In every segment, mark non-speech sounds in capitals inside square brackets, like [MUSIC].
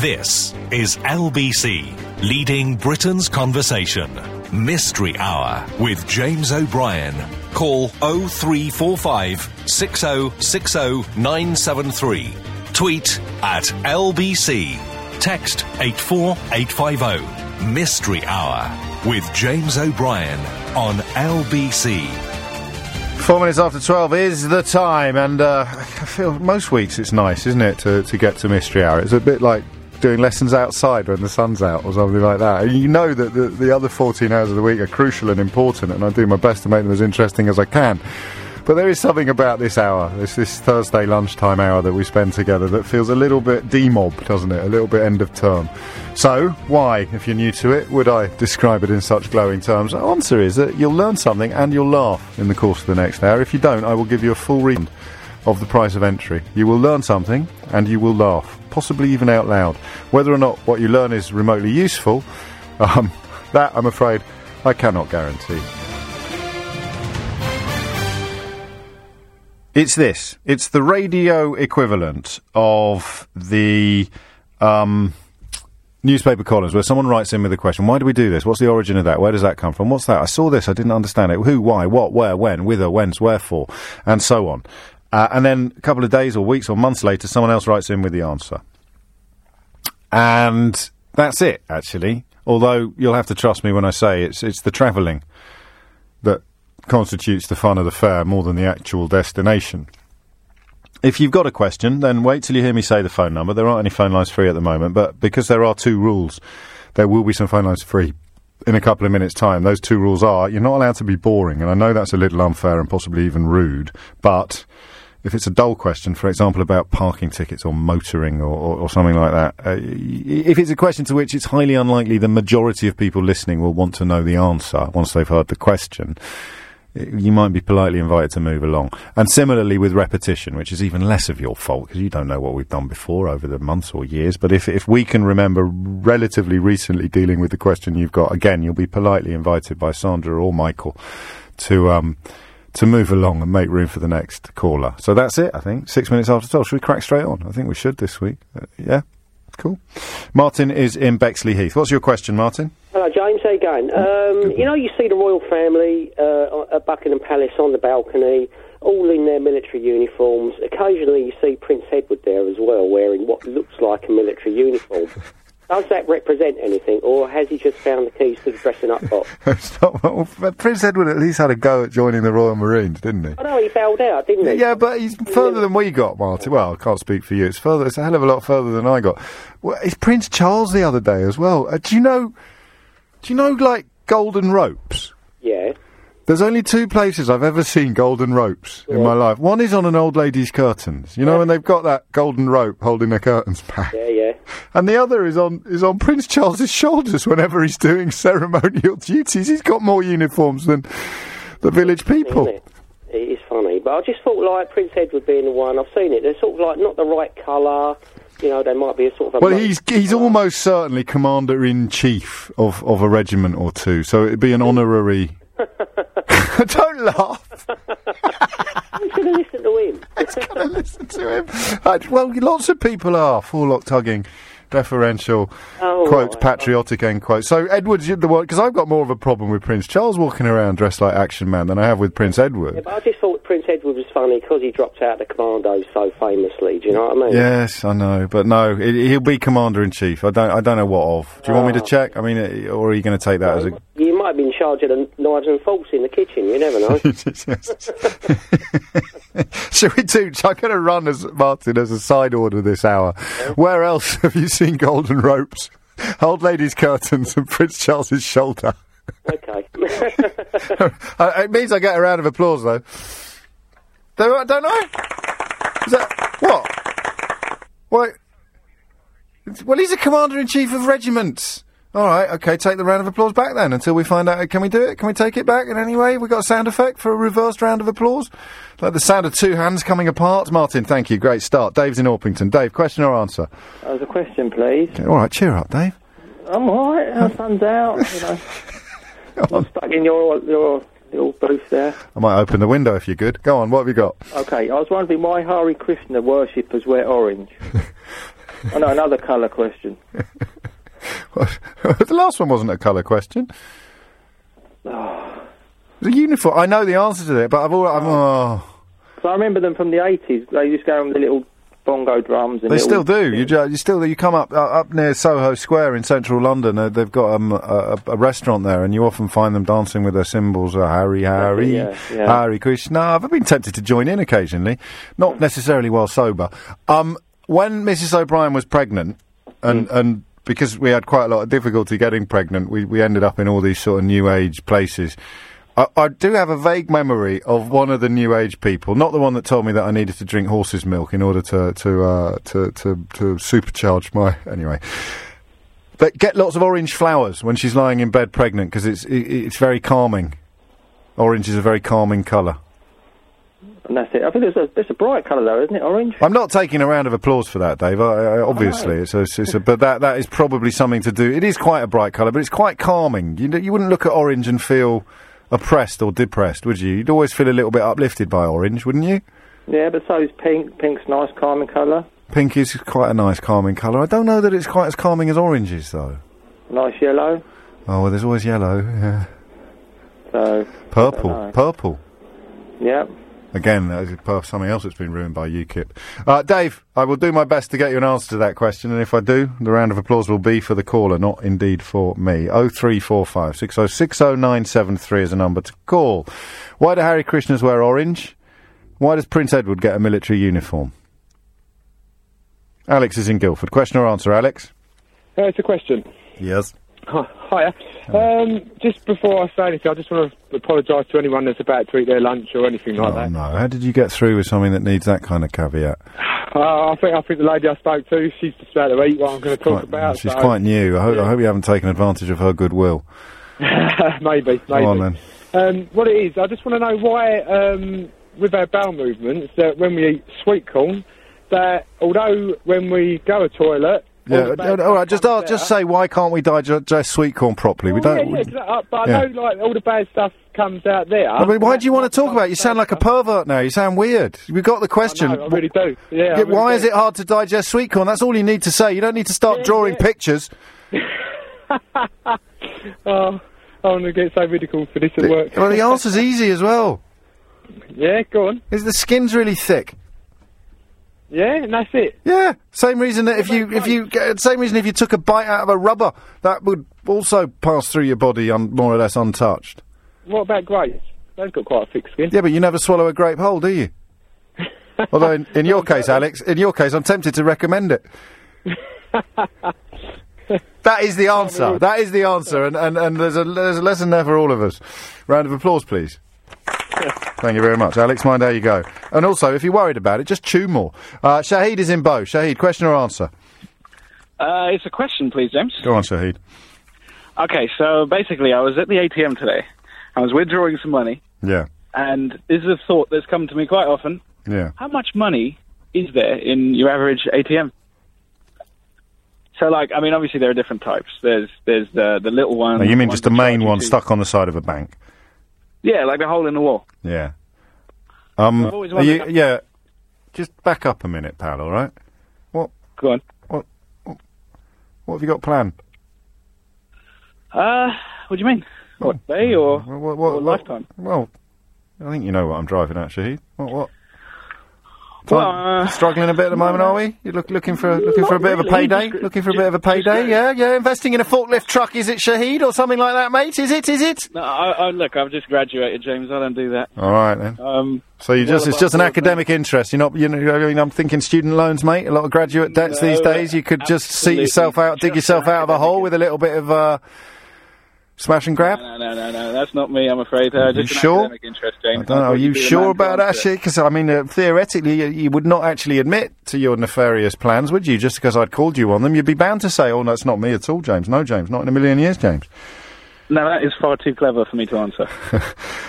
This is LBC, leading Britain's conversation. Mystery Hour with James O'Brien. Call 0345 6060 973. Tweet at LBC. Text 84850. oh. Mystery Hour with James O'Brien on LBC. Four minutes after 12 is the time, and uh, I feel most weeks it's nice, isn't it, to, to get to mystery hour? It's a bit like doing lessons outside when the sun's out or something like that. And you know that the, the other 14 hours of the week are crucial and important, and I do my best to make them as interesting as I can. But there is something about this hour, this, this Thursday lunchtime hour that we spend together, that feels a little bit demob, doesn't it? A little bit end of term. So, why, if you're new to it, would I describe it in such glowing terms? The answer is that you'll learn something and you'll laugh in the course of the next hour. If you don't, I will give you a full refund of the price of entry. You will learn something and you will laugh, possibly even out loud. Whether or not what you learn is remotely useful, [LAUGHS] um, that, I'm afraid, I cannot guarantee. It's this. It's the radio equivalent of the um, newspaper columns where someone writes in with a question. Why do we do this? What's the origin of that? Where does that come from? What's that? I saw this. I didn't understand it. Who, why, what, where, when, whither, whence, wherefore, and so on. Uh, and then a couple of days or weeks or months later, someone else writes in with the answer. And that's it, actually. Although you'll have to trust me when I say it's it's the travelling that constitutes the fun of the fair more than the actual destination. If you've got a question, then wait till you hear me say the phone number. There aren't any phone lines free at the moment, but because there are two rules, there will be some phone lines free in a couple of minutes' time. Those two rules are you're not allowed to be boring, and I know that's a little unfair and possibly even rude, but if it's a dull question, for example, about parking tickets or motoring or, or, or something like that, uh, if it's a question to which it's highly unlikely the majority of people listening will want to know the answer once they've heard the question, you might be politely invited to move along. And similarly with repetition, which is even less of your fault because you don't know what we've done before over the months or years. But if, if we can remember relatively recently dealing with the question you've got, again, you'll be politely invited by Sandra or Michael to, um, to move along and make room for the next caller. So that's it, I think. Six minutes after 12. Should we crack straight on? I think we should this week. Uh, yeah? Cool. Martin is in Bexley Heath. What's your question, Martin? Hello, James. How you Mm. going? Um, you know, you see the royal family uh, at Buckingham Palace on the balcony, all in their military uniforms. Occasionally, you see Prince Edward there as well, wearing what looks like a [LAUGHS] military uniform. Does that represent anything, or has he just found the keys to the dressing up box? [LAUGHS] Stop. Well, Prince Edward at least had a go at joining the Royal Marines, didn't he? I know he bowed out, didn't he? Yeah, but he's further than we got, Martin. Well, I can't speak for you. It's further. It's a hell of a lot further than I got. Well, it's Prince Charles the other day as well. Uh, do you know? Do you know like golden ropes? Yeah. There's only two places I've ever seen golden ropes in my life. One is on an old lady's curtains. You know when they've got that golden rope holding their curtains back. Yeah, yeah. And the other is on is on Prince Charles's shoulders whenever he's doing [LAUGHS] ceremonial duties. He's got more uniforms than the village people. Isn't it? It is funny, but I just thought like Prince Edward being the one. I've seen it. They're sort of like not the right colour. You know, they might be a sort of. A Well, bloke- he's he's almost certainly commander in chief of, of a regiment or two, so it'd be an honorary. Don't laugh. [LAUGHS] You should have listened to him. Gotta listen to him. Uh, well, lots of people are forelock tugging, deferential, Oh, quotes right. patriotic end quote. So Edward's the one because I've got more of a problem with Prince Charles walking around dressed like Action Man than I have with Prince Edward. But I just thought Prince Edward was funny because he dropped out of the commandos so famously. Do you know what I mean? Yes, I know, but no, it, he'll be commander in chief. I don't, I don't know what of. Do you Ah. want me to check? I mean, uh, or are you going to take that as a You might have been in charge of the knives and forks in the kitchen. You never know. [LAUGHS] Should we do? I'm going to run as Martin as a side order this hour. Where else have you seen golden ropes, old lady's curtains, and Prince Charles's shoulder? okay. [LAUGHS] Uh, it means I get a round of applause though. Don't I? Don't I? Is that what? What? It's- Well, he's a commander in chief of regiments. All right, okay. Take the round of applause back then until we find out. Can we do it? Can we take it back in any way? We got a sound effect for a reversed round of applause, like the sound of two hands coming apart. Martin, thank you. Great start. Dave's in Orpington. Dave, question or answer? There's a question, please. All right, cheer up, Dave. I'm all right. [LAUGHS] The sun's out. You know. I'm stuck in your your little booth there. I might open the window if you're good. Go on. What have you got? [LAUGHS] [LAUGHS] Okay, I was wondering why Hari Krishna worshippers wear orange. Oh, no, another colour question. [SIGHS] the last one wasn't a colour question. The uniform. I know the answer to that, but I've all. I'm, oh. Because I remember them from the 80s. They used to go with the little bongo drums. And They little- still do. You, ju- you still you come up uh, up near Soho Square in central London. Uh, they've got um, a, a, a restaurant there, and you often find them dancing with their cymbals. Uh, Harry, Harry, yeah, yeah. Harry Krishna. I've been tempted to join in occasionally, not necessarily while sober. Um, when Mrs O'Brien was pregnant, and and because we had quite a lot of difficulty getting pregnant, we we ended up in all these sort of new age places. I, I do have a vague memory of one of the New Age people, not the one that told me that I needed to drink horse's milk in order to to uh, to, to to supercharge my [LAUGHS] anyway. But get lots of orange flowers when she's lying in bed pregnant because it's it, it's very calming. Orange is a very calming colour. And that's it. I think it's a, it's a bright colour, though, isn't it? Orange? I'm not taking a round of applause for that, Dave. I, I, obviously, it's a, it's a, but that that is probably something to do. It is quite a bright colour, but it's quite calming. You you wouldn't look at orange and feel oppressed or depressed, would you? You'd always feel a little bit uplifted by orange, wouldn't you? Yeah, but so is pink. Pink's nice, calming colour. Pink is quite a nice calming colour. I don't know that it's quite as calming as orange is, though. Nice yellow. Oh well, there's always yellow. [LAUGHS] Yeah. So, Purple, know. purple. yeah. Again, that is per- something else that's been ruined by UKIP. Uh, Dave, I will do my best to get you an answer to that question, and if I do, the round of applause will be for the caller, not indeed for me. 0345 6060973 is a number to call. Why do Harry Krishnas wear orange? Why does Prince Edward get a military uniform? Alex is in Guildford. Question or answer, Alex? Uh, it's a question. Yes. Hi- Hiya. Um, just before I say anything, I just want to apologise to anyone that's about to eat their lunch or anything like Oh, that. no. How did you get through with something that needs that kind of caveat? Uh, I think I think the lady I spoke to, she's just about to eat what I'm going to talk Quite- about. she's so quite new. I, hope I hope you haven't taken advantage of her goodwill. [LAUGHS] maybe, maybe. Go on, then. Um, what it is, I just want to know why, um, with our bowel movements, that when we eat sweet corn, that although when we go to toilet, all Yeah, the bad uh, all right. stuff Just comes uh, just out. say why can't we digest sweet corn properly? we Well, don't. Oh, Yeah, yeah, 'cause I- I- but yeah. I know, like, all the bad stuff comes out there. I mean, why do you want to talk about? it? You sound like a pervert now. You sound weird. We got the question. I, know, I really do. Yeah. I Yeah, really why do. is it hard to digest sweet corn? That's all you need to say. You don't need to start Yeah, drawing yeah. [LAUGHS] pictures. Oh, I'm going to get so ridiculed for this at work. Well, the answer's easy as well. Yeah, go on. Is the skin's really thick? Yeah, and that's it. Yeah, same reason that if you if you uh, same reason if you took a bite out of a rubber, that would also pass through your body un, more or less untouched. What about grapes? They've got quite a thick skin. Yeah, but you never swallow a grape whole, do you? [LAUGHS] Although in, in your case, Alex, in your case, I'm tempted to recommend [LAUGHS] it. that is the answer. That is the answer, and, and, and there's a there's a lesson there for all of us. Round of applause, [LAUGHS] please. Thank you very much, Alex. Mind how you go. And also, if you're worried about it, just chew more. Uh, Shahid is in Bow. Shahid, question or answer? Uh, it's a question, please, James. Go on, Shahid. Okay, so basically, I was at the ATM today. I was withdrawing some money, Yeah, and this is a thought that's come to me quite often. yeah. How much money is there in your average ATM? So, like, I mean, obviously there are different types. There's there's the the little one. Now, Oh, you mean one just the that main charges one you- stuck on the side of a bank? Yeah, like the hole in the wall. Yeah. Um, I've always are you, wondered- yeah. Just back up a minute, pal. All right. What Go on. What have you got planned? Uh, what do you mean? What day or What, what, or what, lifetime? Well, I think you know what I'm driving at, Shahid. What? What? Well, Time- uh, struggling a bit at the moment, are we? You look looking for a, looking for a not bit of a really, payday. just- Looking for a just- bit of a just payday. go. Yeah, yeah. Investing in a forklift truck is it, Shahid, or something like that, mate? Is it? Is it? No, I, I, look, I've just graduated, James. I don't do that. All right then. Um, So you well just—it's above just an board, academic interest. You're not. You know, I mean, I'm thinking student loans, mate. A lot of graduate debts No, these days. You could just seat absolutely. yourself out, dig Just yourself an out of a hole with a little bit of uh, smash and grab. No, no, no, no. That's not me. I'm afraid. Uh, you just an sure? academic interest, James. I don't know. Are thought you you'd be the man sure to about that answer it. shit? Because I mean, uh, theoretically, you, you would not actually admit to your nefarious plans, would you? Just because I'd called you on them, you'd be bound to say, "Oh, no, it's not me at all, James. No, James, not in a million years, James." No, that is far too clever for me to [LAUGHS] answer.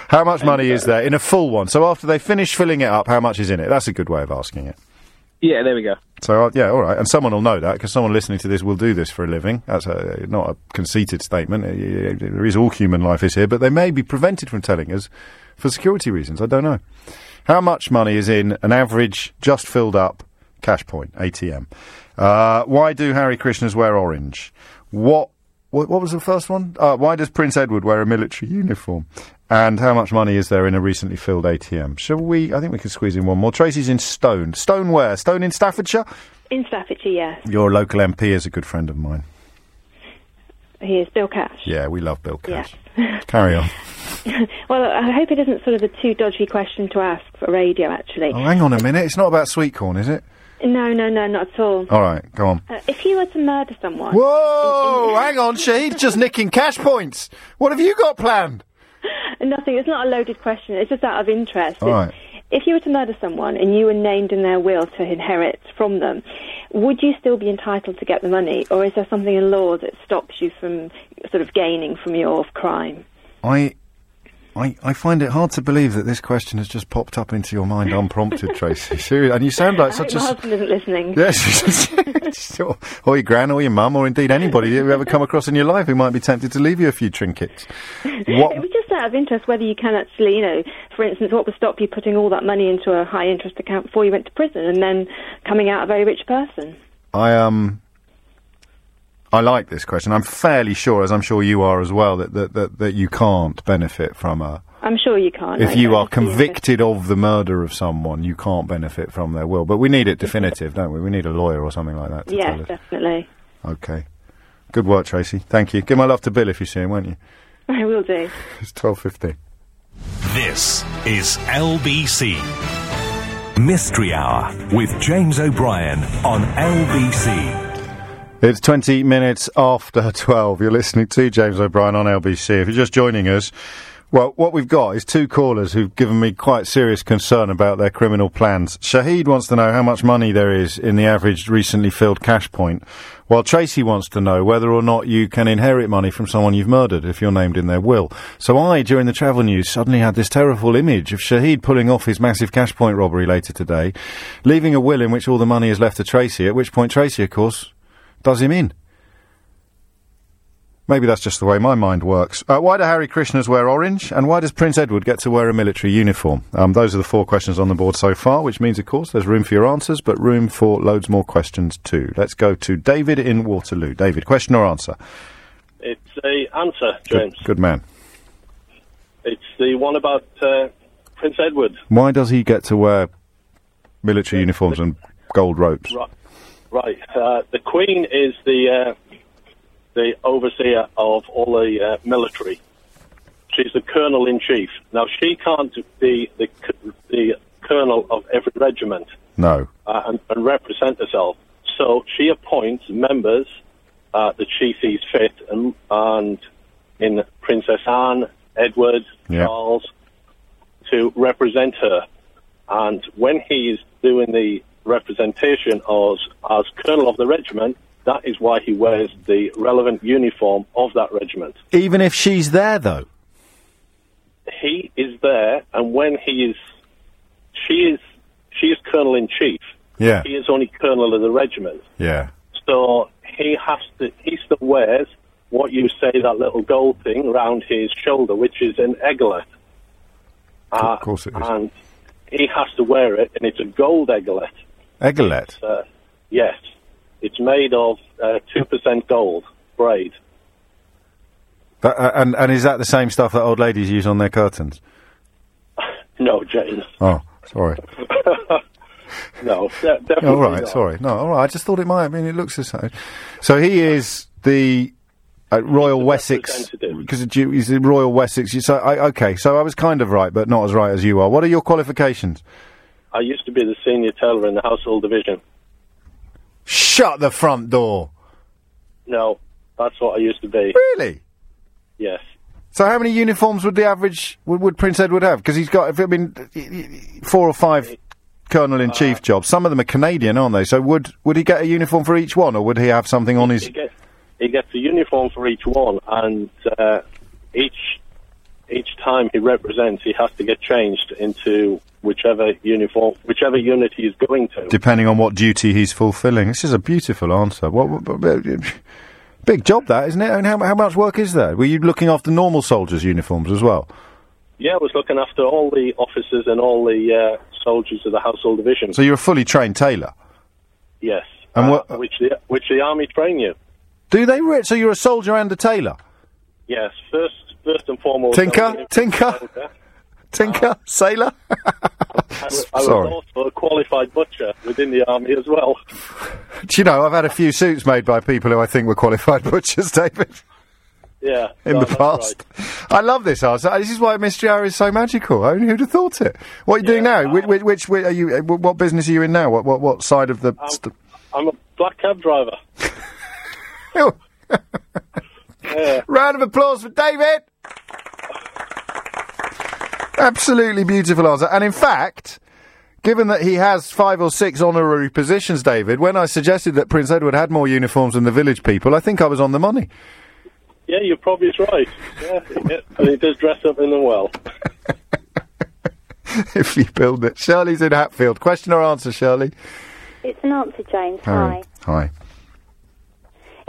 How much money is there in a full one? So after they finish filling it up, how much is in it? That's a good way of asking it. yeah, there we go. So uh, yeah, all right, and someone will know that because someone listening to this will do this for a living. That's a, not a conceited statement. Uh, y- y- There is all human life is here, but they may be prevented from telling us for security reasons. I don't know. How much money is in an average just filled up Cash point, ATM. Uh, why do Harry Krishnas wear orange? What, what what was the first one? Uh, why does Prince Edward wear a military uniform? And how much money is there in a recently filled ATM? Shall we? I think we could squeeze in one more. Tracy's in Stone. Stone where? Stone in Staffordshire? In Staffordshire, yeah. Your local MP is a good friend of mine. He is Bill Cash. Yeah, we love Bill Yeah. Cash. Carry on. [LAUGHS] well, I hope it isn't sort of a too dodgy question to ask for radio, actually. Oh, hang on a minute. It's not about sweet corn, is it? No, no, no, not at all. All right, go on. Uh, if you were to murder someone, Whoa! hang on, Sheed. Just nicking cash points. What have you got planned? nothing. It's not a loaded question. It's just out of interest. All right. If you were to murder someone and you were named in their will to inherit from them, would you still be entitled to get the money, or is there something in law that stops you from sort of gaining from your crime? I, I, I find it hard to believe that this question has just popped up into your mind unprompted, [LAUGHS] Tracy. Seriously, and you sound like I such hope my a. husband isn't listening. Yes, [LAUGHS] Sure. or your gran, or your mum, or indeed anybody you've ever come across in your life who might be tempted to leave you a few trinkets. What? It was just out of interest whether you can actually, you know, for instance, what would stop you putting all that money into a high interest account before you went to prison and then coming out a very rich person? I um I like this question. I'm fairly sure, as I'm sure you are as well, that that, that, that you can't benefit from a I'm sure you can't. if I- you I are just see it as- convicted of the murder of someone, you can't benefit from their will. But we need it definitive, don't we? We need a lawyer or something like that to Yes, tell us. definitely. [LAUGHS] Okay. Good work, Tracy. Thank you. Give my love to Bill if you see him, won't you? [LAUGHS] I will do. It's twelve fifteen. This is LBC. Mystery Hour with James O'Brien on LBC. It's 20 minutes after [LAUGHS] 12. You're listening to James O'Brien on LBC. If you're just joining us, well, what we've got is two callers who've given me quite serious concern about their criminal plans. Shahid wants to know how much money there is in the average recently filled cash point, while Tracy wants to know whether or not you can inherit money from someone you've murdered if you're named in their will. So I, during the travel news, suddenly had this terrible image of Shahid pulling off his massive cash point robbery later today, leaving a will in which all the money is left to Tracy, at which point Tracy, of course, does him in. Maybe that's just the way my mind works. Uh, why do Harry Krishnas wear orange? And why does Prince Edward get to wear a military uniform? Um, those are the four questions on the board so far, which means, of course, there's room for your answers, but room for loads more questions too. Let's go to David in Waterloo. David, question or answer? It's the answer, Good, James. good man. It's the one about uh, Prince Edward. Why does he get to wear military uniforms and gold ropes? Right, right. Uh, the Queen is the uh, the overseer of all the uh, military. She's the colonel in chief. Now she can't be the c- the colonel of every regiment No. uh, and, and represent herself. So she appoints members uh, that she sees fit, and, and in Princess Anne, Edward, Oh, Yeah. Charles, to represent her. And when he's doing the representation as, as colonel of the regiment, that is why he wears the relevant uniform of that regiment. Even if she's there, though. He is there, and when he is, she is, she is colonel in chief. Yeah. He is only colonel of the regiment. Yeah. So he has to, he still wears what you say that little gold thing around his shoulder, which is an eglet. Uh, of course it is. And he has to wear it, and it's a gold eglet. Egolet. Uh, yes, it's made of uh, 2% gold braid. That, uh, and, and is that the same stuff that old ladies use on their curtains? No, James, [LAUGHS] Oh, sorry. no, de- definitely all right, not. sorry. No, all right. I just thought it might. I mean, it looks the same. So he is the uh, Royal Wessex representative. because he's the Royal Wessex. So I, okay, so I was kind of right, but not as right as you are. What are your qualifications? I used to be the senior tailor in the household division. Shut the front door. No, that's what I used to be. Really? Yes. So how many uniforms would the average would, would Prince Edward have? Because he's got, I mean, four or five colonel in Uh, chief jobs. Some of them are Canadian, aren't they? So would would he get a uniform for each one, or would he have something on his? he gets he gets a uniform for each one, and uh, each each time he represents, he has to get changed into whichever uniform, whichever unit he's going to. depending on what duty he's fulfilling. This is a beautiful answer. What, what- what- big job that, isn't it? I mean, how, how much work is there? Were you looking after normal soldiers' uniforms as well? yeah, I was looking after all the officers and all the uh, soldiers of the household division. So you're a fully trained tailor. Yes. And Uh, what- which the which the army train you? Do they? Re- so you're a soldier and a tailor, Yes. First first and foremost. Tinker? I was an Tinker? soldier. tinker, [LAUGHS] sailor. I was, I was Sorry. also a qualified butcher within the army as well. Do you know, I've had a few suits made by people who I think were qualified [LAUGHS] butchers, David, Yeah. in no, the that's past. I love this answer. This is why Mystery Hour is so magical. I mean, who'd have thought it? What are you doing now? Which, which, which, which are you? uh, What business are you in now? What, what, what side of the? Um, st- right. I'm a black cab driver. Yeah. [LAUGHS] Round of applause for David. Absolutely beautiful answer. And in fact, given that he has five or six honorary positions, David, when I suggested that Prince Edward had more uniforms than the village people, I think I was on the money. [LAUGHS] Yeah, you're probably right. Yeah, yeah. and he does dress up in them well. if you build it. Shirley's in Hatfield. Question or answer, Shirley? It's an answer, James. Hi. Hi.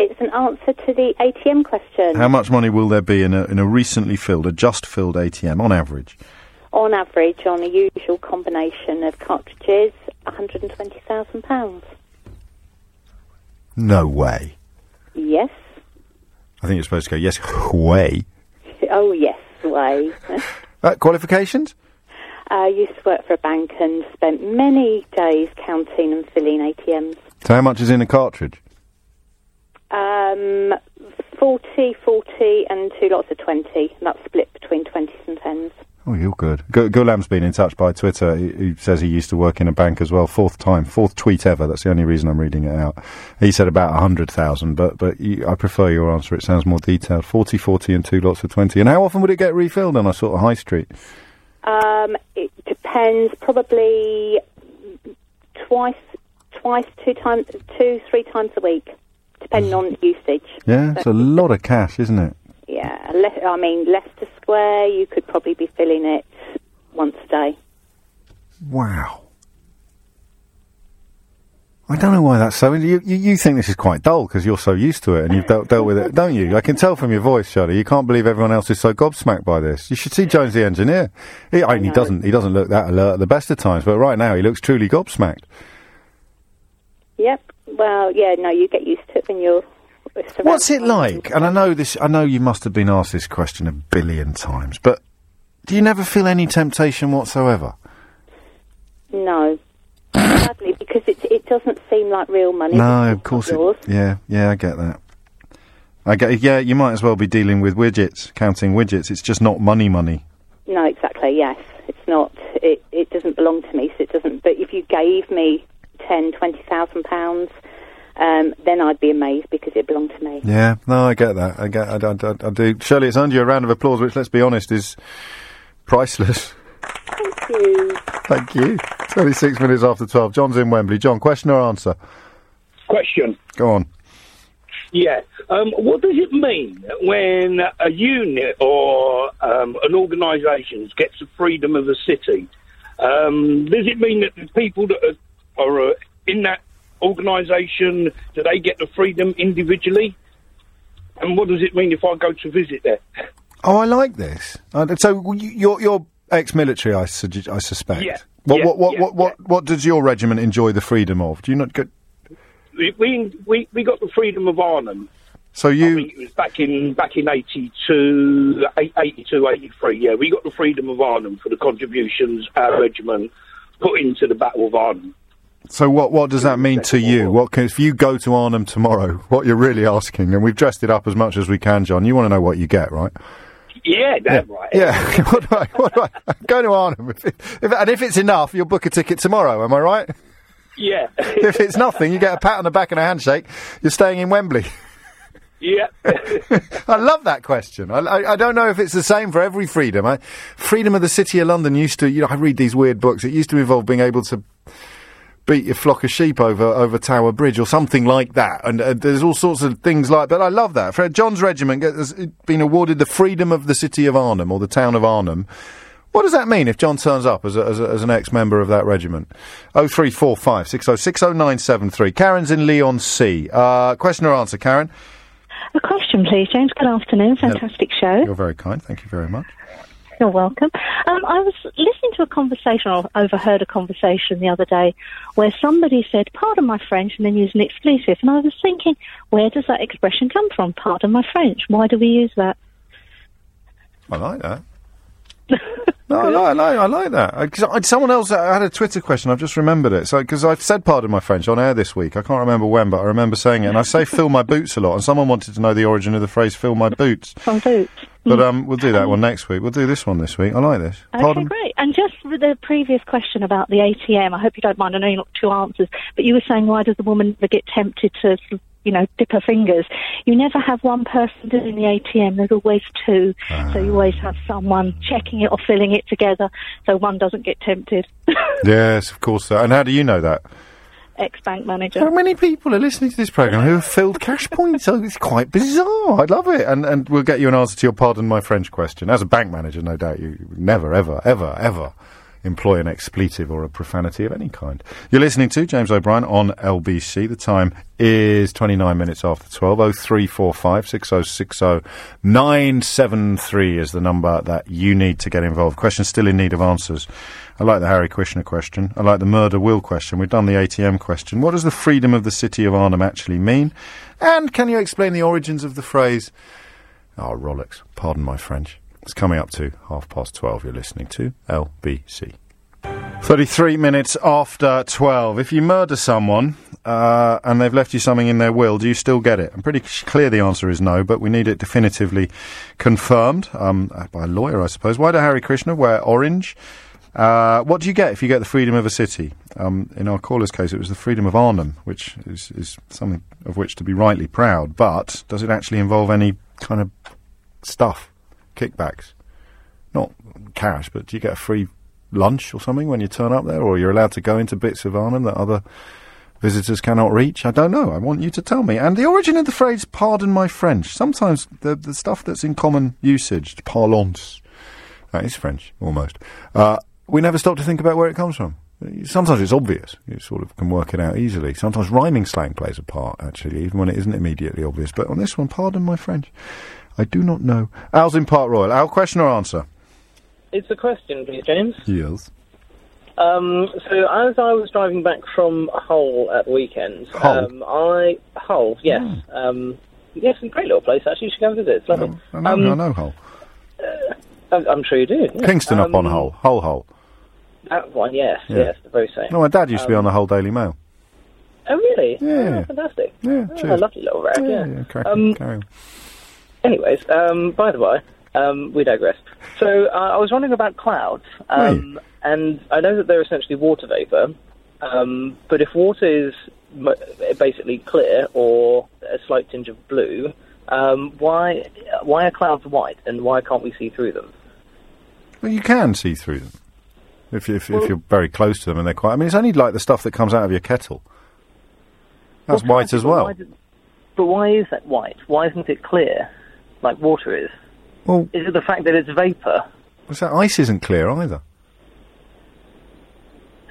It's an answer to the ATM question. How much money will there be in a, in a recently filled, a just filled ATM on average? On average, on a usual combination of cartridges, £120,000. No way. Yes. I think you're supposed to go, yes, way. Oh, yes, way. Uh, qualifications? I used to work for a bank and spent many days counting and filling ATMs. So how much is in a cartridge? Um, 40, 40, and two lots of 20. And that's split between 20s and 10s. Oh, you're good. Gu- Gulam's been in touch by Twitter. He, he says he used to work in a bank as well. Fourth time, fourth tweet ever. That's the only reason I'm reading it out. He said about 100,000, but, but you, I prefer your answer. It sounds more detailed. 40, 40 and two lots of 20. And how often would it get refilled on a sort of high street? Um, it depends. Probably twice, twice, two times, two, three times a week, depending on usage. Yeah, it's a lot of cash, isn't it? Yeah, Le- I mean Leicester Square. You could probably be filling it once a day. Wow. I don't know why that's so. You, you, you think this is quite dull because you're so used to it and you've dealt, dealt with it, don't you? I can tell from your voice, Shirley. You can't believe everyone else is so gobsmacked by this. You should see Jones the engineer. He, I mean, he doesn't. He doesn't look that alert at the best of times, but right now he looks truly gobsmacked. Yep. Well, yeah. No, you get used to it when you're. surrounded What's it by- like? And I know this. I know you must have been asked this question a billion times, but do you never feel any temptation whatsoever? No. [LAUGHS] Sadly, because it it doesn't seem like real money. No, It's of course not it. yours. Yeah, yeah, I get that. I get. Yeah, you might as well be dealing with widgets, counting widgets. It's just not money, money. No, exactly. Yes, it's not. It it doesn't belong to me, so it doesn't. But if you gave me ten, twenty thousand pounds, um, then I'd be amazed because it belonged to me. Yeah, no, I get that. I get. I, I, I, I do. Shirley, it's under you a round of applause, which, let's be honest, is priceless. Thank you. Thank you. Twenty-six minutes after twelve. John's in Wembley. John, question or answer? Question. Go on. Yeah. Um, what does it mean when a unit or um, an organisation gets the freedom of a city? Um, does it mean that the people that are, are uh, in that organisation do they get the freedom individually? And what does it mean if I go to visit there? Oh, I like this. Uh, so w- you- you're you're ex-military, I, suge- I suspect. Yeah, What, yeah, what, what, yeah, what, what, what does your regiment enjoy the freedom of? Do you not get? We- We we, we got the freedom of Arnhem. So you, It was back in back in 82, eight- 82, 83, Yeah, we got the freedom of Arnhem for the contributions our regiment put into the Battle of Arnhem. So what what does that mean to you? What can, if you go to Arnhem tomorrow? [LAUGHS] What you're really asking, and we've dressed it up as much as we can, John. You want to know what you get, right? Yeah, damn right. Yeah. [LAUGHS] what do I, what do I, go to Arnhem, if it, if, and if it's enough, you'll book a ticket tomorrow. Am I [LAUGHS] right? Yeah, if it's nothing, you get a pat on the back and a handshake. You're staying in Wembley. [LAUGHS] yeah. I love that question. I, I, I don't know if it's the same for every freedom. I, freedom of the City of London used to, you know, I read these weird books. It used to involve being able to beat your flock of sheep over, over Tower Bridge or something like that. And uh, there's all sorts of things like But I love that. Fred John's regiment get- has been awarded the freedom of the City of Arnhem or the town of Arnhem. What does that mean if John turns up as, a, as, a, as an ex-member of that regiment? 0345 60 60973. Karen's in Leon C. Uh, question or answer, Karen? A question, please, James. Good afternoon. Hello. Fantastic show. You're very kind. Thank you very much. You're welcome. Um, I was listening to a conversation, or overheard a conversation the other day, where somebody said, pardon my French, and then used an expletive. And I was thinking, where does that expression come from? Pardon my French. Why do we use that? I like [LAUGHS] that. no, I like, I like, I like that. I, 'cause I, someone else I had a Twitter question. I've just remembered it. So because I've said part of my French on air this week. I can't remember when, but I remember saying it. And I say "fill my boots" a lot. And someone wanted to know the origin of the phrase "fill my boots." From boots. But um, we'll do that one next week. We'll do this one this week. I like this. Okay, great. And just for the previous question about the ATM, I hope you don't mind. I know you're not two answers, but you were saying why does the woman ever get tempted to, sort of, you know, dip her fingers? You never have one person doing the ATM. There's always two, so you always have someone checking it or filling it together, so one doesn't get tempted. [LAUGHS] Yes, of course. That. And how do you know that? Ex bank manager. How many people are listening to this program who have filled cash points? Oh, it's quite bizarre. I love it. And and we'll get you an answer to your pardon my French question. As a bank manager, no doubt you would never, ever, ever, ever employ an expletive or a profanity of any kind. You're listening to James O'Brien on LBC. The time is 29 minutes after Oh 12. 0345 6060 973 is the number that you need to get involved. Questions still in need of answers. I like the Harry Kushner question. I like the murder will question. We've done the ATM question. What does the freedom of the city of Arnhem actually mean? And can you explain the origins of the phrase? Oh, Rolex. Pardon my French. It's coming up to half past 12. You're listening to LBC. 33 minutes after 12. If you murder someone uh, and they've left you something in their will, do you still get it? I'm pretty c- clear the answer is no, but we need it definitively confirmed um, uh, by a lawyer, I suppose. Why do Harry Krishna wear orange? Uh, what do you get if you get the freedom of a city? Um, in our caller's case, it was the freedom of Arnhem, which is, is something of which to be rightly proud, but does it actually involve any kind of stuff, kickbacks? Not cash, but do you get a free lunch or something when you turn up there, or you're allowed to go into bits of Arnhem that other visitors cannot reach? I don't know. I want you to tell me. And the origin of the phrase "pardon my French." Sometimes the the stuff that's in common usage, parlance, that is French almost. Uh, we never stop to think about where it comes from. Sometimes it's obvious. You sort of can work it out easily. Sometimes rhyming slang plays a part, actually, even when it isn't immediately obvious. But on this one, pardon my French. I do not know. Al's in Park Royal. Al, question or answer? It's a question, please, James. Yes. Um, so as I was driving back from Hull at the weekend, Hull? um, Hmm. I Hull, yes, um, yes, it's a great little place actually. You should go and visit. It's lovely. Oh, I know, Um, I know Hull. I'm, I'm sure you do. yeah. Kingston up on Um, Hull. Hull, Hull. That one, yes, Yeah. yes, the very same. No, my dad used to be on Um, the Hull Daily Mail. Oh, really? Yeah. Oh, fantastic. Yeah, oh, cheers. lovely little rag. Yeah. yeah, crack- um, carry on. anyways, um, by the way, um, we digress. So uh, I was wondering about clouds, um, and I know that they're essentially water vapor, um, but if water is mo- basically clear or a slight tinge of blue, um, why why are clouds white, and why can't we see through them? Well, you can see through them if you, if, Well- if you're very close to them, and they're quite. I mean, it's only like the stuff that comes out of your kettle. That's white as well. Why did- but why is that white? Why isn't it clear, like water is? Well- is it the fact that it's vapor? What's that? Ice isn't clear either.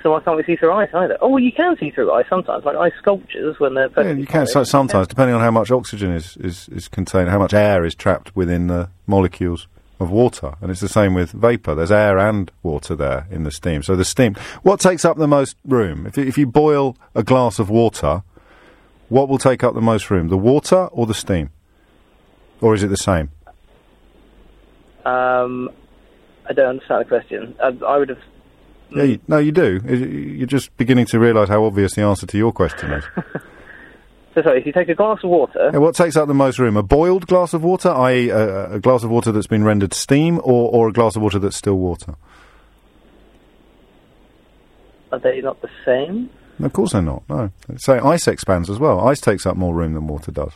So why can't we see through ice either? Oh, well, you can see through ice sometimes, like ice sculptures when they're Yeah, you can so, sometimes, depending on how much oxygen is, is, is contained, how much air is trapped within the molecules of water. And it's the same with vapor. There's air and water there in the steam. So the steam, what takes up the most room? If you, if you boil a glass of water, what will take up the most room? The water or the steam? Or is it the same? Um, I don't understand the question. I, I would have. Yeah, you, no, you do. You- You're just beginning to realise how obvious the answer to your question is. So sorry, if you take a glass of water, Yeah, what takes up the most room? A boiled glass of water, i.e., a, a glass of water that's been rendered steam, or, or a glass of water that's still water? are they not the same? No, Of course they're not. No. So ice expands as well. Ice takes up more room than water does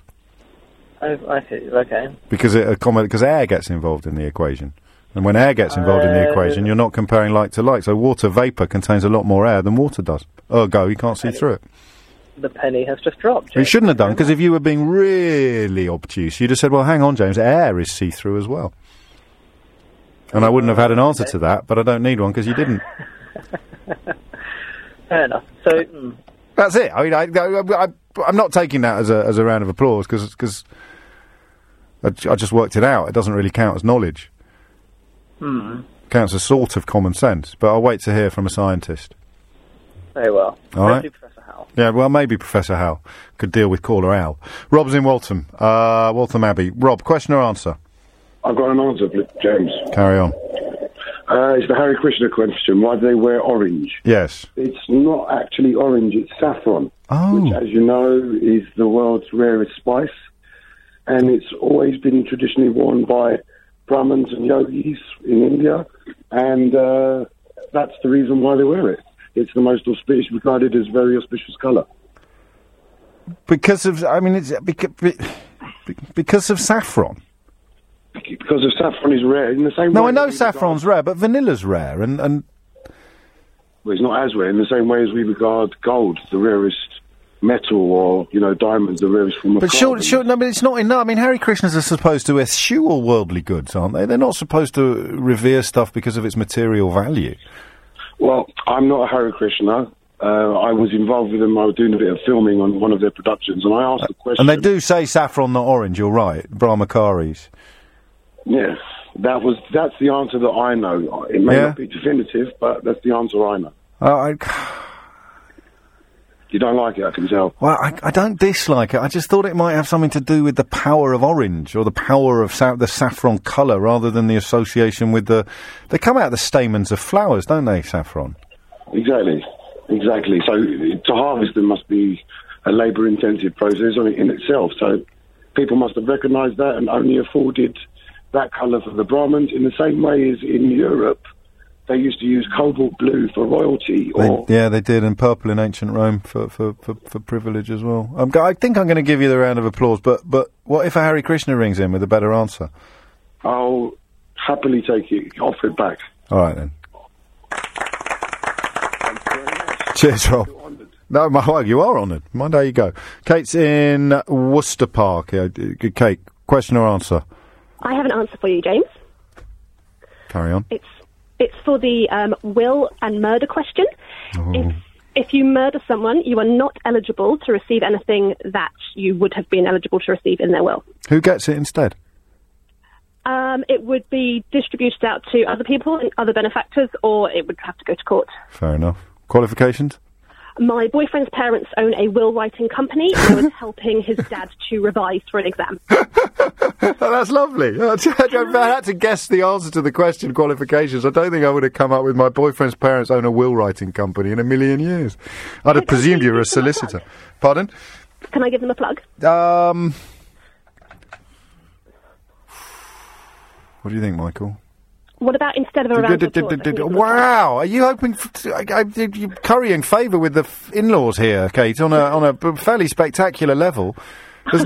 I, Oh, I see. Okay. because it because air gets involved in the equation. And when air gets involved in the Uh, equation, you're not comparing like to like. So water vapor contains a lot more air than water does. Ergo, you can't see through it. The penny has just dropped. You shouldn't have done because if you were being really obtuse, you'd have said, "Well, hang on, James, air is see-through as well." And I wouldn't have had an answer to that, but I don't need one because you didn't. [LAUGHS] Fair enough. So mm, That's it. I mean, I, I, I, am not taking that as a as a round of applause because I, j- I just worked it out. It doesn't really count as knowledge. Hmm. Counts as sort of common sense, but I'll wait to hear from a scientist. Very well. All right. Thank you, Professor Howell. Yeah, well, maybe Professor Howe could deal with caller Al. Rob's in Waltham, uh, Waltham Abbey. Rob, question or answer? I've got an answer, for James. Carry on. Uh, it's the Harry Krishna question. Why do they wear orange? Yes. It's not actually orange, it's saffron, Oh. which, as you know, is the world's rarest spice. And it's always been traditionally worn by Brahmins and yogis in India. And uh, that's the reason why they wear it. It's the most auspicious, regarded as very auspicious colour. Because of, I mean, it's because, because of saffron. Because if saffron is rare, in the same No, way. I know saffron's rare, but vanilla's rare, and, and Well, it's not as rare in the same way as we regard gold, the rarest metal, or you know, diamonds, the rarest form of. But sure, carbon. sure, no, but it's not enough. I mean, Harry Krishnas are supposed to eschew all worldly goods, aren't they? They're not supposed to revere stuff because of its material value. Well, I'm not a Hare Krishna. Uh, I was involved with them. I was doing a bit of filming on one of their productions, and I asked the question. Uh, And they do say saffron, not orange. You're right, Brahmacharis. Yes, that was that's the answer that I know. It may Yeah. not be definitive, but that's the answer I know. Uh, I, You don't like it, I can tell. well, I, I don't dislike it. I just thought it might have something to do with the power of orange or the power of sa- the saffron colour, rather than the association with the. They come out of the stamens of flowers, don't they? Saffron. Exactly, exactly. So to harvest them must be a labour-intensive process on- in itself. So people must have recognised that and only afforded that colour for the Brahmins. In the same way as in Europe, they used to use cobalt blue for royalty or They, yeah, they did, and purple in ancient Rome for, for, for, for privilege as well. I'm, go- I think I'm going to give you the round of applause, but, but what if a Harry Krishna rings in with a better answer? I'll happily take it, offer it back. All right, then. Cheers, Rob. No, my, well, you are honoured. Mind how you go. Kate's in Worcester Park. Uh, d- g- Kate, question or answer? I have an answer for you, James. Carry on. It's it's for the um, will and murder question. Oh. If you murder someone, you are not eligible to receive anything that you would have been eligible to receive in their will. Who gets it instead? Um, it would be distributed out to other people and other benefactors, or it would have to go to court. Fair enough. Qualifications? My boyfriend's parents own a will writing company and I was helping his dad to revise for an exam. Oh, that's lovely. [LAUGHS] I had to guess the answer to the question qualifications. I don't think I would have come up with my boyfriend's parents own a will writing company in a million years. I'd have presumed you were a solicitor. Pardon? Can I give them a plug? Um, what do you think, Michael? What about instead of a round of applause? I think it was- Wow, are you hoping? For, I, I, you currying favour with the f- in-laws here, Kate, on a on a b- fairly spectacular level. There's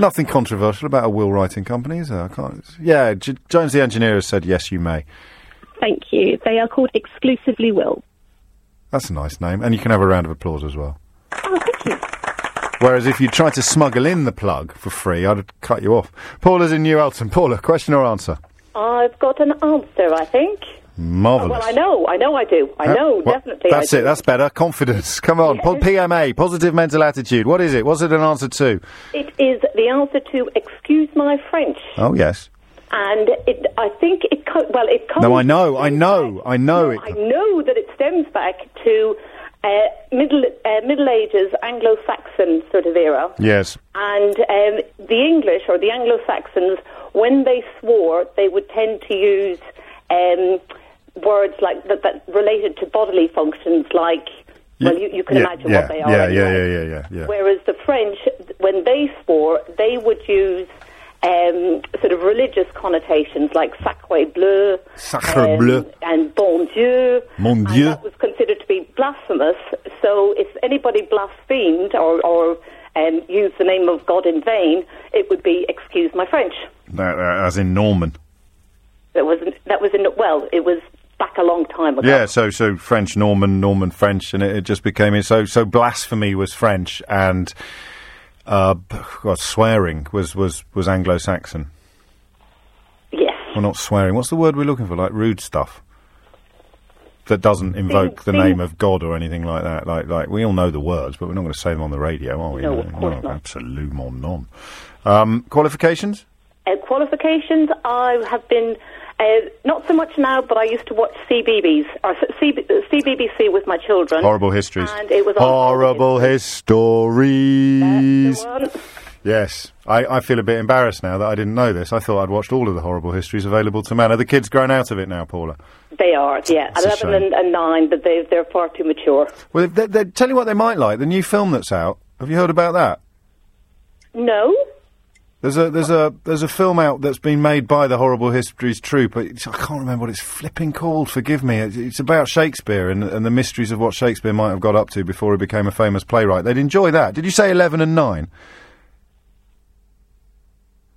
[LAUGHS] nothing controversial about a will writing company, is there? I can't. Yeah, J- Jones the engineer has said yes, you may. Thank you. They are called Exclusively Will. That's a nice name, and you can have a round of applause as well. Oh, thank you. Whereas if you tried to smuggle in the plug for free, I'd have cut you off. Paula's in New Elton. Paula, question or answer? I've got an answer, I think. Marvellous. Well, I know, I know I do. Oh, I Oh, Huh? know, What- definitely. That's I it. do. That's better. Confidence. [LAUGHS] Come on. Po- PMA. Positive mental attitude. What is it? What's it an answer to? It is the answer to excuse my French, Oh yes. and it, I think it. Co- well, it comes. No, I know. I know. I know it. I know that it stems back to uh, middle uh, Middle Ages Anglo-Saxon sort of era. Yes. And um, the English or the Anglo Saxons, when they swore, they would tend to use um, words like that, that related to bodily functions, like well, you, you can yeah, imagine yeah, what they are. Yeah, anyway. yeah, yeah, yeah, yeah, yeah. Whereas the French, when they swore, they would use um, sort of religious connotations like sacre bleu, Um, Sacre bleu. and bon Dieu. Mon And Dieu. that was considered to be blasphemous. So if anybody blasphemed or, or um, used the name of God in vain, it would be excuse my French. That, that- as in Norman. That was that was in well, it was back a long time ago. Yeah. So so French Norman Norman French, and it, it just became so so blasphemy was French and. Uh, b- God, swearing was, was, was Anglo-Saxon. Yes. Well, not swearing. What's the word we're looking for? Like rude stuff that doesn't invoke the name of God or anything like that. Like, like we all know the words, but we're not going to say them on the radio, are we? No, of course not. Absolute mon non. Um, qualifications? Uh, qualifications, I have been Uh, not so much now, but I used to watch CBBS or C- CBBC with my children. Horrible histories. Oh. And it was on Horrible histories. Yes, I, I feel a bit embarrassed now that I didn't know this. I thought I'd watched all of the horrible histories available to man. Are the kids grown out of it now, Paula? They are, yeah, That's a eleven shame. and, and nine, but they they're far too mature. Well, they, they, tell you what they might like. The new film that's out. Have you heard about that? No, There's a there's a there's a film out that's been made by the Horrible Histories troupe. It's, I can't remember what it's flipping called. Forgive me. It's, it's about Shakespeare and and the mysteries of what Shakespeare might have got up to before he became a famous playwright. They'd enjoy that. Did you say eleven and nine?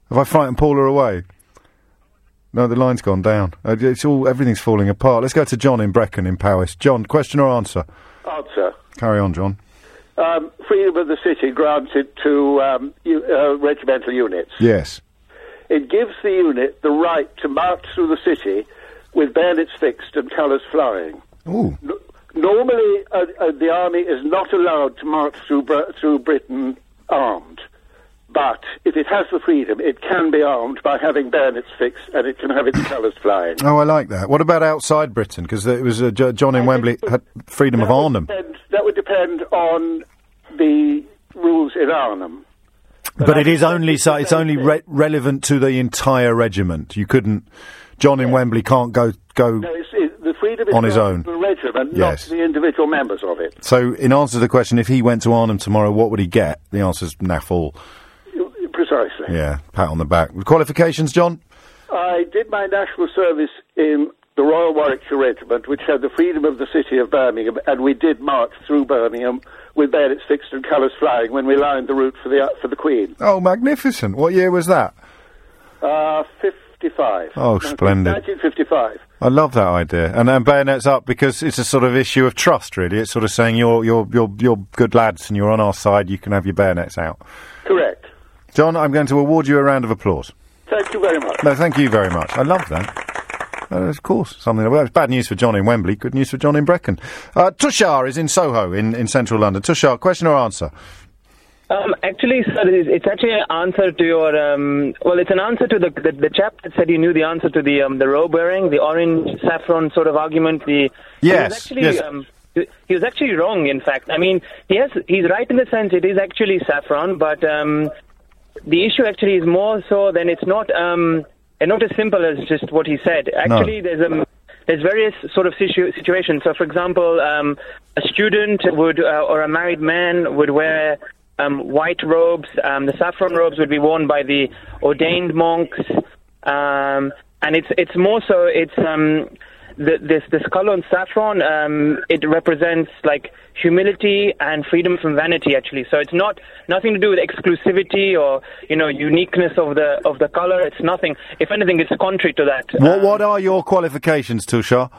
Have I frightened Paula away? No, the line's gone down. Uh, It's all everything's falling apart. Let's go to John in Brecon in Powys. John, question or answer? Answer. Carry on, John. Um, freedom of the city granted to um, u- uh, regimental units. Yes. It gives the unit the right to march through the city with bayonets fixed and colours flying. Ooh. Normally, uh, uh, the army is not allowed to march through, Br- through Britain armed. But if it has the freedom, it can be armed by having bayonets fixed and it can have [LAUGHS] its colours flying. Oh, I like that. What about outside Britain? Because it was uh, Jo- John in Wembley had freedom of Arnhem. And that would depend on the rules in Arnhem. But it is only so it's only re- relevant to the entire regiment. You couldn't. John in Wembley can't go go. No, it's, it, the freedom is On his granted own. to The regiment, Yes. not the individual members of it. So, in answer to the question, if he went to Arnhem tomorrow, what would he get? The answer's naff all. Precisely. Yeah, pat on the back. Qualifications, John. I did my national service in the Royal Warwickshire Regiment, which had the freedom of the city of Birmingham, and we did march through Birmingham with bayonets fixed and colours flying when we lined the route for the uh, for the Queen. Oh, magnificent! What year was that? Uh, Fifty-five. Oh, splendid. Nineteen fifty-five. I love that idea. And, and bayonets up because it's a sort of issue of trust, really. It's sort of saying you're you're you're you're good lads and you're on our side. You can have your bayonets out. Correct. John, I'm going to award you a round of applause. Thank you very much. No, thank you very much. I love that. That is, of course, something. Well, it's bad news for John in Wembley, good news for John in Brecon. Uh, Tushar is in Soho, in, in central London. Tushar, question or answer? Um, actually, sir, it's, it's actually an answer to your. Um, well, it's an answer to the, the the chap that said he knew the answer to the um, the robe wearing, the orange saffron sort of argument. The he was Yes, actually, yes. Um, he he was actually wrong. In fact, I mean, he has, he's right in the sense it is actually saffron, but um, the issue actually is more so than it's not um, and not as simple as just what he said. Actually, there's um, there's various sort of situ- situations. So, for example, um, a student would uh, or a married man would wear um, white robes. Um, the saffron robes would be worn by the ordained monks, um, and it's it's more so it's um, the, this this color on saffron. Um, it represents like humility and freedom from vanity actually so it's not nothing to do with exclusivity or you know uniqueness of the of the color it's nothing if anything it's contrary to that What, what are your qualifications, Tushar?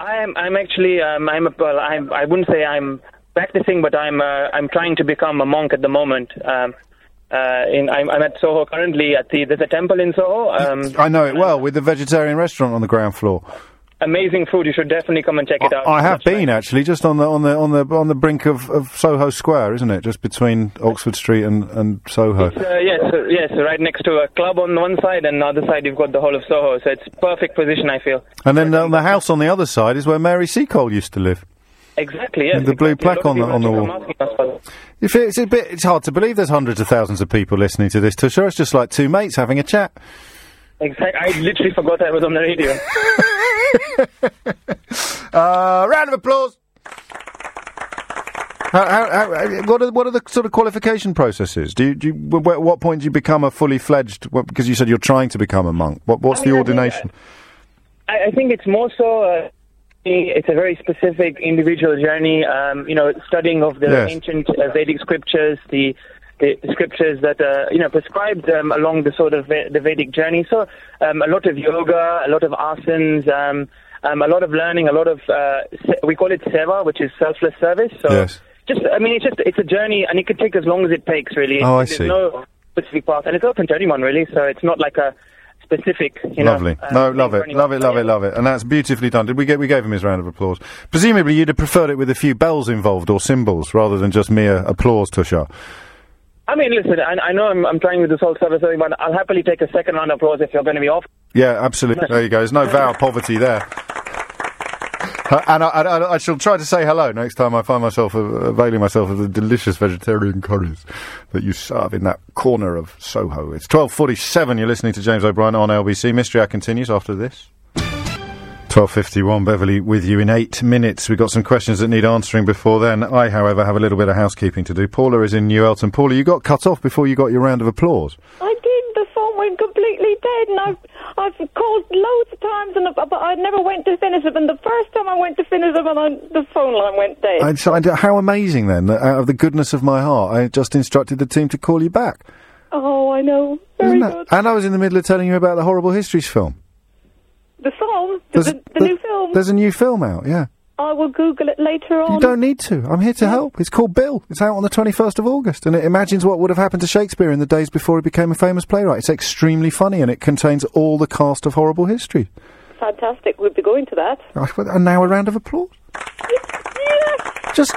i am i'm actually um, i'm a well, I'm, i wouldn't say i'm practicing but i'm uh, i'm trying to become a monk at the moment um uh, in, I'm, I'm at Soho currently. At the there's a temple in Soho. Um, I know it well, with the vegetarian restaurant on the ground floor. amazing food. You should definitely come and check it out. I have been actually just on the on the on the on the brink of, of Soho Square, isn't it? Just between Oxford Street and, and Soho. Uh, yes, uh, yes, right next to a club on one side, and the other side you've got the whole of Soho. So it's perfect position, I feel. And then on the house on the other side is where Mary Seacole used to live. Exactly. Yes. With the blue exactly. A plaque lot of on the- people on the keep wall. on asking us for that. If it's a bit, it's hard to believe there's hundreds of thousands of people listening to this. Tushar, it's just like two mates having a chat. Exact. I literally forgot I was on the [LAUGHS] radio. Uh, round of applause. How, how, how, what are what are the sort of qualification processes? Do you, do you wh- wh- what point do you become a fully fledged? What, because you said you're trying to become a monk. What, what's the ordination? I, I think it's more so. Uh, it's a very specific individual journey. Um, you know, studying of the Yes. ancient uh, Vedic scriptures, the, the the scriptures that uh, you know prescribed um, along the sort of Ve- the Vedic journey. So um, a lot of yoga, a lot of asanas, um, um, a lot of learning, a lot of uh, se- we call it seva, which is selfless service. uh, So Yes. just I mean, it's just it's a journey, and it could take as long as it takes. Really, Oh, I there's see. no specific path, and it's open to anyone really. So it's not like a specific. You lovely. Know, uh, no, love it, love it, love it, love it. And that's beautifully done. Did we get? We gave him his round of applause. Presumably, you'd have preferred it with a few bells involved or cymbals rather than just mere applause, Tushar. I mean, listen, I, I know I'm, I'm trying with this whole service, thing, but I'll happily take a second round of applause if you're going to be off. Yeah, absolutely. There you go. There's no vow of poverty there. Uh, and I, I, I shall try to say hello next time I find myself uh, availing myself of the delicious vegetarian curries that you serve in that corner of Soho. It's 12.47. You're listening to James O'Brien on LBC. Mystery Hour continues after this. 12.51, Beverly with you in eight minutes. We've got some questions that need answering before then. I, however, have a little bit of housekeeping to do. Paula is in New Elton. Paula, you got cut off before you got your round of applause. I did. The phone went completely dead, and I've I've called loads of times, and I- but I never went to finish them. And the first time I went to finish them, and I, the phone line went dead. And so I d- how amazing then, that out of the goodness of my heart, I just instructed the team to call you back. oh, I know. Very good. And I was in the middle of telling you about the Horrible Histories film. The song, the, the, the new film. There's a new film out, yeah. I will Google it later on. You don't need to. I'm here to help. It's called Bill. It's out on the 21st of August, and it imagines what would have happened to Shakespeare in the days before he became a famous playwright. It's extremely funny, and it contains all the cast of Horrible History. Fantastic. We'll be going to [LAUGHS] that. Right, well, And now a round of applause. just,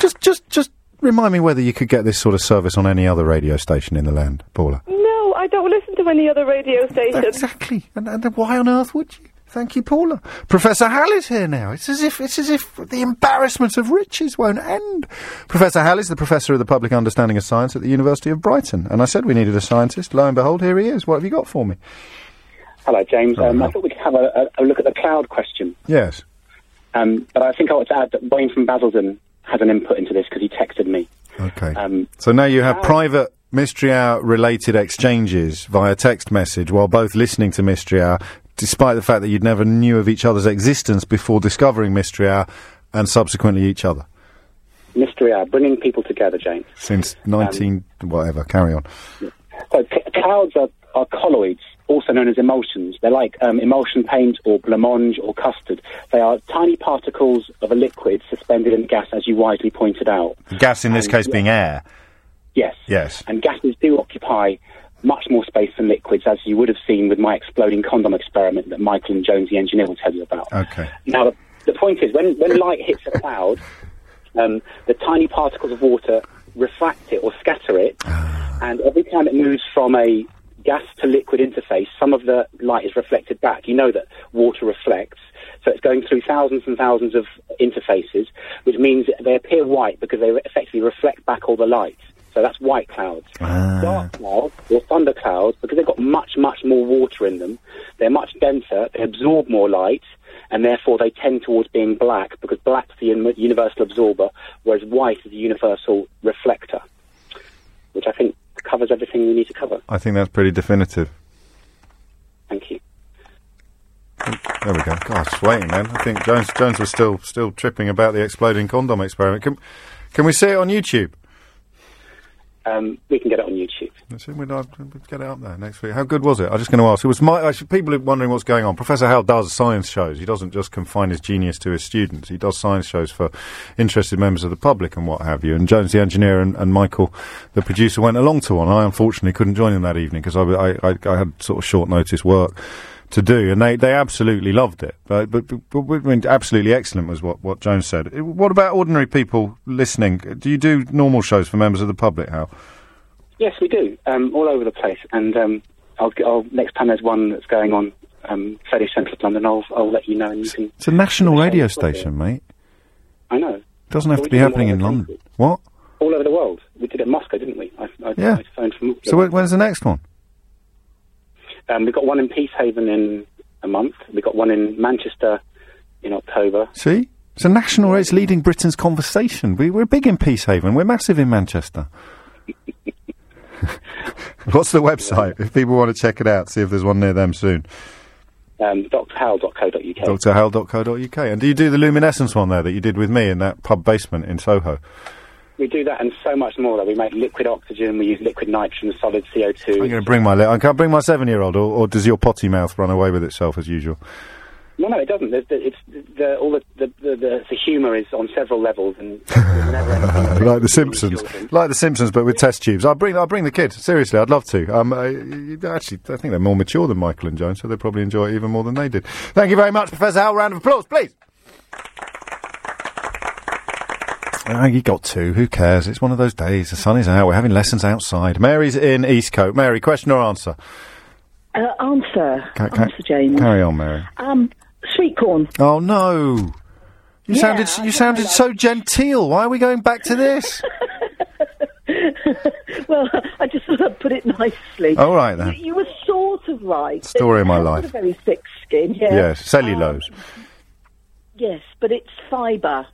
just, just, just remind me whether you could get this sort of service on any other radio station in the land, Paula. No, I don't listen to any other radio station. Exactly. And, and why on earth would you? Thank you, Paula. Professor Hal is here now. It's as if it's as if the embarrassment of riches won't end. Professor Hal is the professor of the public understanding of science at the University of Brighton, and I said we needed a scientist. Lo and behold, here he is. What have you got for me? Hello, James. Um, I thought we could have a, a, a look at the cloud question, Yes. um, but I think I ought to add that Wayne from Basildon has an input into this because he texted me. Okay. Um, So now you have private Mystery Hour related exchanges via text message while both listening to Mystery Hour, despite the fact that you'd never knew of each other's existence before discovering Mystery Hour and subsequently each other mystery hour, bringing people together, James. since 19. whatever, carry on. So c- clouds are, are colloids, also known as emulsions. They're like um, emulsion paint or blancmange or custard. They are tiny particles of a liquid suspended in gas, as you wisely pointed out. Gas in this case being air. Yes. Yes. And gases do occupy much more space than liquids, as you would have seen with my exploding condom experiment that Michael and Jones, the engineer, will tell you about. Okay. Now, the, the point is, when, when light hits a cloud, um, the tiny particles of water refract it or scatter it, and every time it moves from a gas to liquid interface, some of the light is reflected back. You know that water reflects, so it's going through thousands and thousands of interfaces, which means they appear white because they re- effectively reflect back all the light. So that's white clouds. Ah. Ah. Dark clouds or thunder clouds, because they've got much, much more water in them, they're much denser, they absorb more light, and therefore they tend towards being black because black's the un- universal absorber, whereas white is the universal reflector, which I think covers everything we need to cover. I think that's pretty definitive. Thank you. There we go. God, it's waiting then. I think Jones Jones was still still tripping about the exploding condom experiment. Can, can we see it on YouTube? Um, we can get it on YouTube. Let's see, we'd, uh, we'd get it up there next week. How good was it? I'm just going to ask. It was my. I should, people are wondering what's going on. Professor Howell does science shows. He doesn't just confine his genius to his students. He does science shows for interested members of the public and what have you. And Jones, the engineer, and, and Michael, the producer, went along to one. I unfortunately couldn't join him that evening because I, w- I- I- I had sort of short notice work to do, and they, they absolutely loved it. But, but, but, but I mean, absolutely excellent was what, what Jones said. Uh, What about ordinary people listening? Do you do normal shows for members of the public, Hal? Yes, we do, um, all over the place. And um, I'll, I'll, next time there's one that's going on um, fairly central to London, I'll, I'll let you know. And you can. It's a national radio station, mate. I know. It doesn't have Well, to we be do happening all in over- London. What? All over the world. We did it in Moscow, didn't we? I, I, Yeah. I phoned from So when, when's the next one? Um, we've got one in Peacehaven in a month. We've got one in Manchester in October. See? It's a national, it's leading Britain's conversation. We, we're big in Peacehaven. We're massive in Manchester. [LAUGHS] What's the website? If people want to check it out, see if there's one near them soon. Um, drhal.co.uk. drhal.co.uk. And do you do the luminescence one there that you did with me in that pub basement in Soho? We do that and so much more. Though. We make liquid oxygen, we use liquid nitrogen, solid CO2. I'm going to bring my li- I can't bring my seven year old, or, or does your potty mouth run away with itself as usual? No, no, it doesn't. There's, the- it's the, all the the, the, the the humour is on several levels, and there's never any- [LAUGHS] like the Simpsons, like the Simpsons, but with test tubes. I'll bring, I'll bring the kids. Seriously, I'd love to. Um, I, you- actually, I think they're more mature than Michael and Jones, so they probably enjoy it even more than they did. Thank you very much, Professor Howell. Round of applause, please. Oh, you got two. Who cares? It's one of those days. The sun is out. We're having lessons outside. Mary's in Eastcote. Mary, question or answer? Uh, answer. Ca- ca- answer, James. Carry on, Mary. Um, sweet corn. [LAUGHS] Oh no! You Yeah, sounded you sounded so genteel. Why are we going back to this? well, I just thought I'd put it nicely. All right, then. You, you were sort of right. Story of my It's got life. A very thick skin. Yeah. Um, Yes, cellulose. Yes, but it's fibre.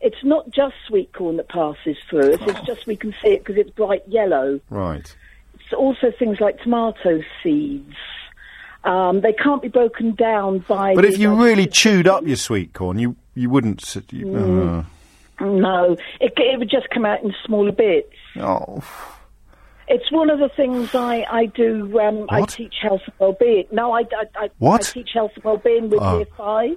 It's not just sweet corn that passes through us. It's just we can see it because it's bright yellow. right. It's also things like tomato seeds. Um, they can't be broken down by. But the- if you really chewed up your sweet corn, you you wouldn't. s- You, uh, Mm. no, it, it would just come out in smaller bits. oh. Oh. It's one of the things I, I do. Um, I What? teach health and well-being. No, I, I, I, What? I teach health and well-being with Oh. year fives.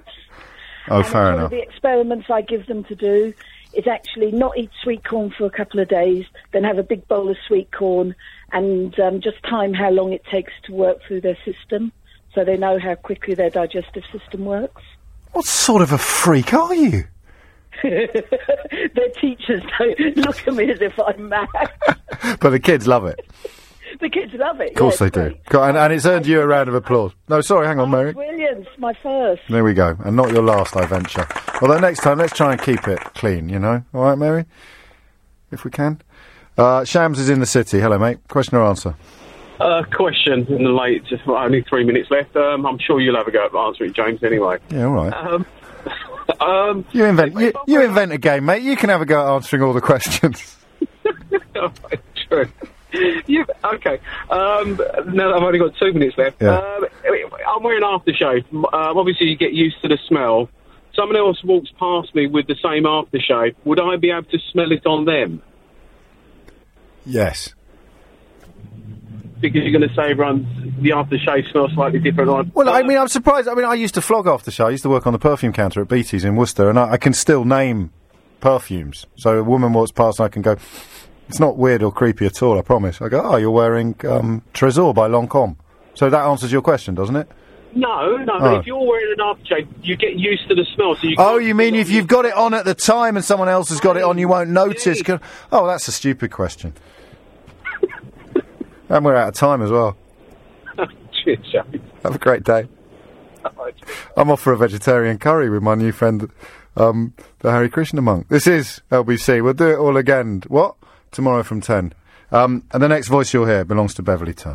Oh, and it's fair one of enough. the experiments I give them to do is actually not eat sweet corn for a couple of days, then have a big bowl of sweet corn, and um, just time how long it takes to work through their system, so they know how quickly their digestive system works. [LAUGHS] What sort of a freak are you? their teachers don't [LAUGHS] look at me as if I'm mad. But the kids love it. the kids love it. Of course they do. Co- And, and it's earned you a round of applause. No, sorry, hang on, Mary. Brilliant, my first. There we go. And not your last, I venture. Although next time, let's try and keep it clean, you know? All right, Mary? If we can. Uh, Shams is in the city. Hello, mate. Question or answer? Uh, question in the late, just well, only three minutes left. Um, I'm sure you'll have a go at answering, James, anyway. Yeah, all right. Um, [LAUGHS] um, You invent you, you invent a game, mate. You can have a go at answering all the questions. true. [LAUGHS] You, okay. Um, now that I've only got two minutes left, Yeah. um, I'm wearing aftershave. Um, obviously, you get used to the smell. Someone else walks past me with the same aftershave. Would I be able to smell it on them? Yes. Because you're going to say everyone's the aftershave smells slightly different on. Well, I mean, I'm surprised. I mean, I used to flog after show. I used to work on the perfume counter at Beatty's in Worcester, and I, I can still name perfumes. So a woman walks past, and I can go. It's not weird or creepy at all. I promise. I go. Oh, you're wearing um, Trésor by Lancôme. So that answers your question, doesn't it? No, no. But Oh. if you're wearing an aftershave, you get used to the smell. So you. Oh, you mean if you've got it on at the time and someone else has got it on, you won't notice? Can- Oh, that's a stupid question. and we're out of time as well. Cheers, James. Have a great day. I'm off for a vegetarian curry with my new friend, um, the Harry Krishna monk. This is LBC. We'll do it all again. What? Tomorrow from 10. Um, and the next voice you'll hear belongs to Beverly Tan.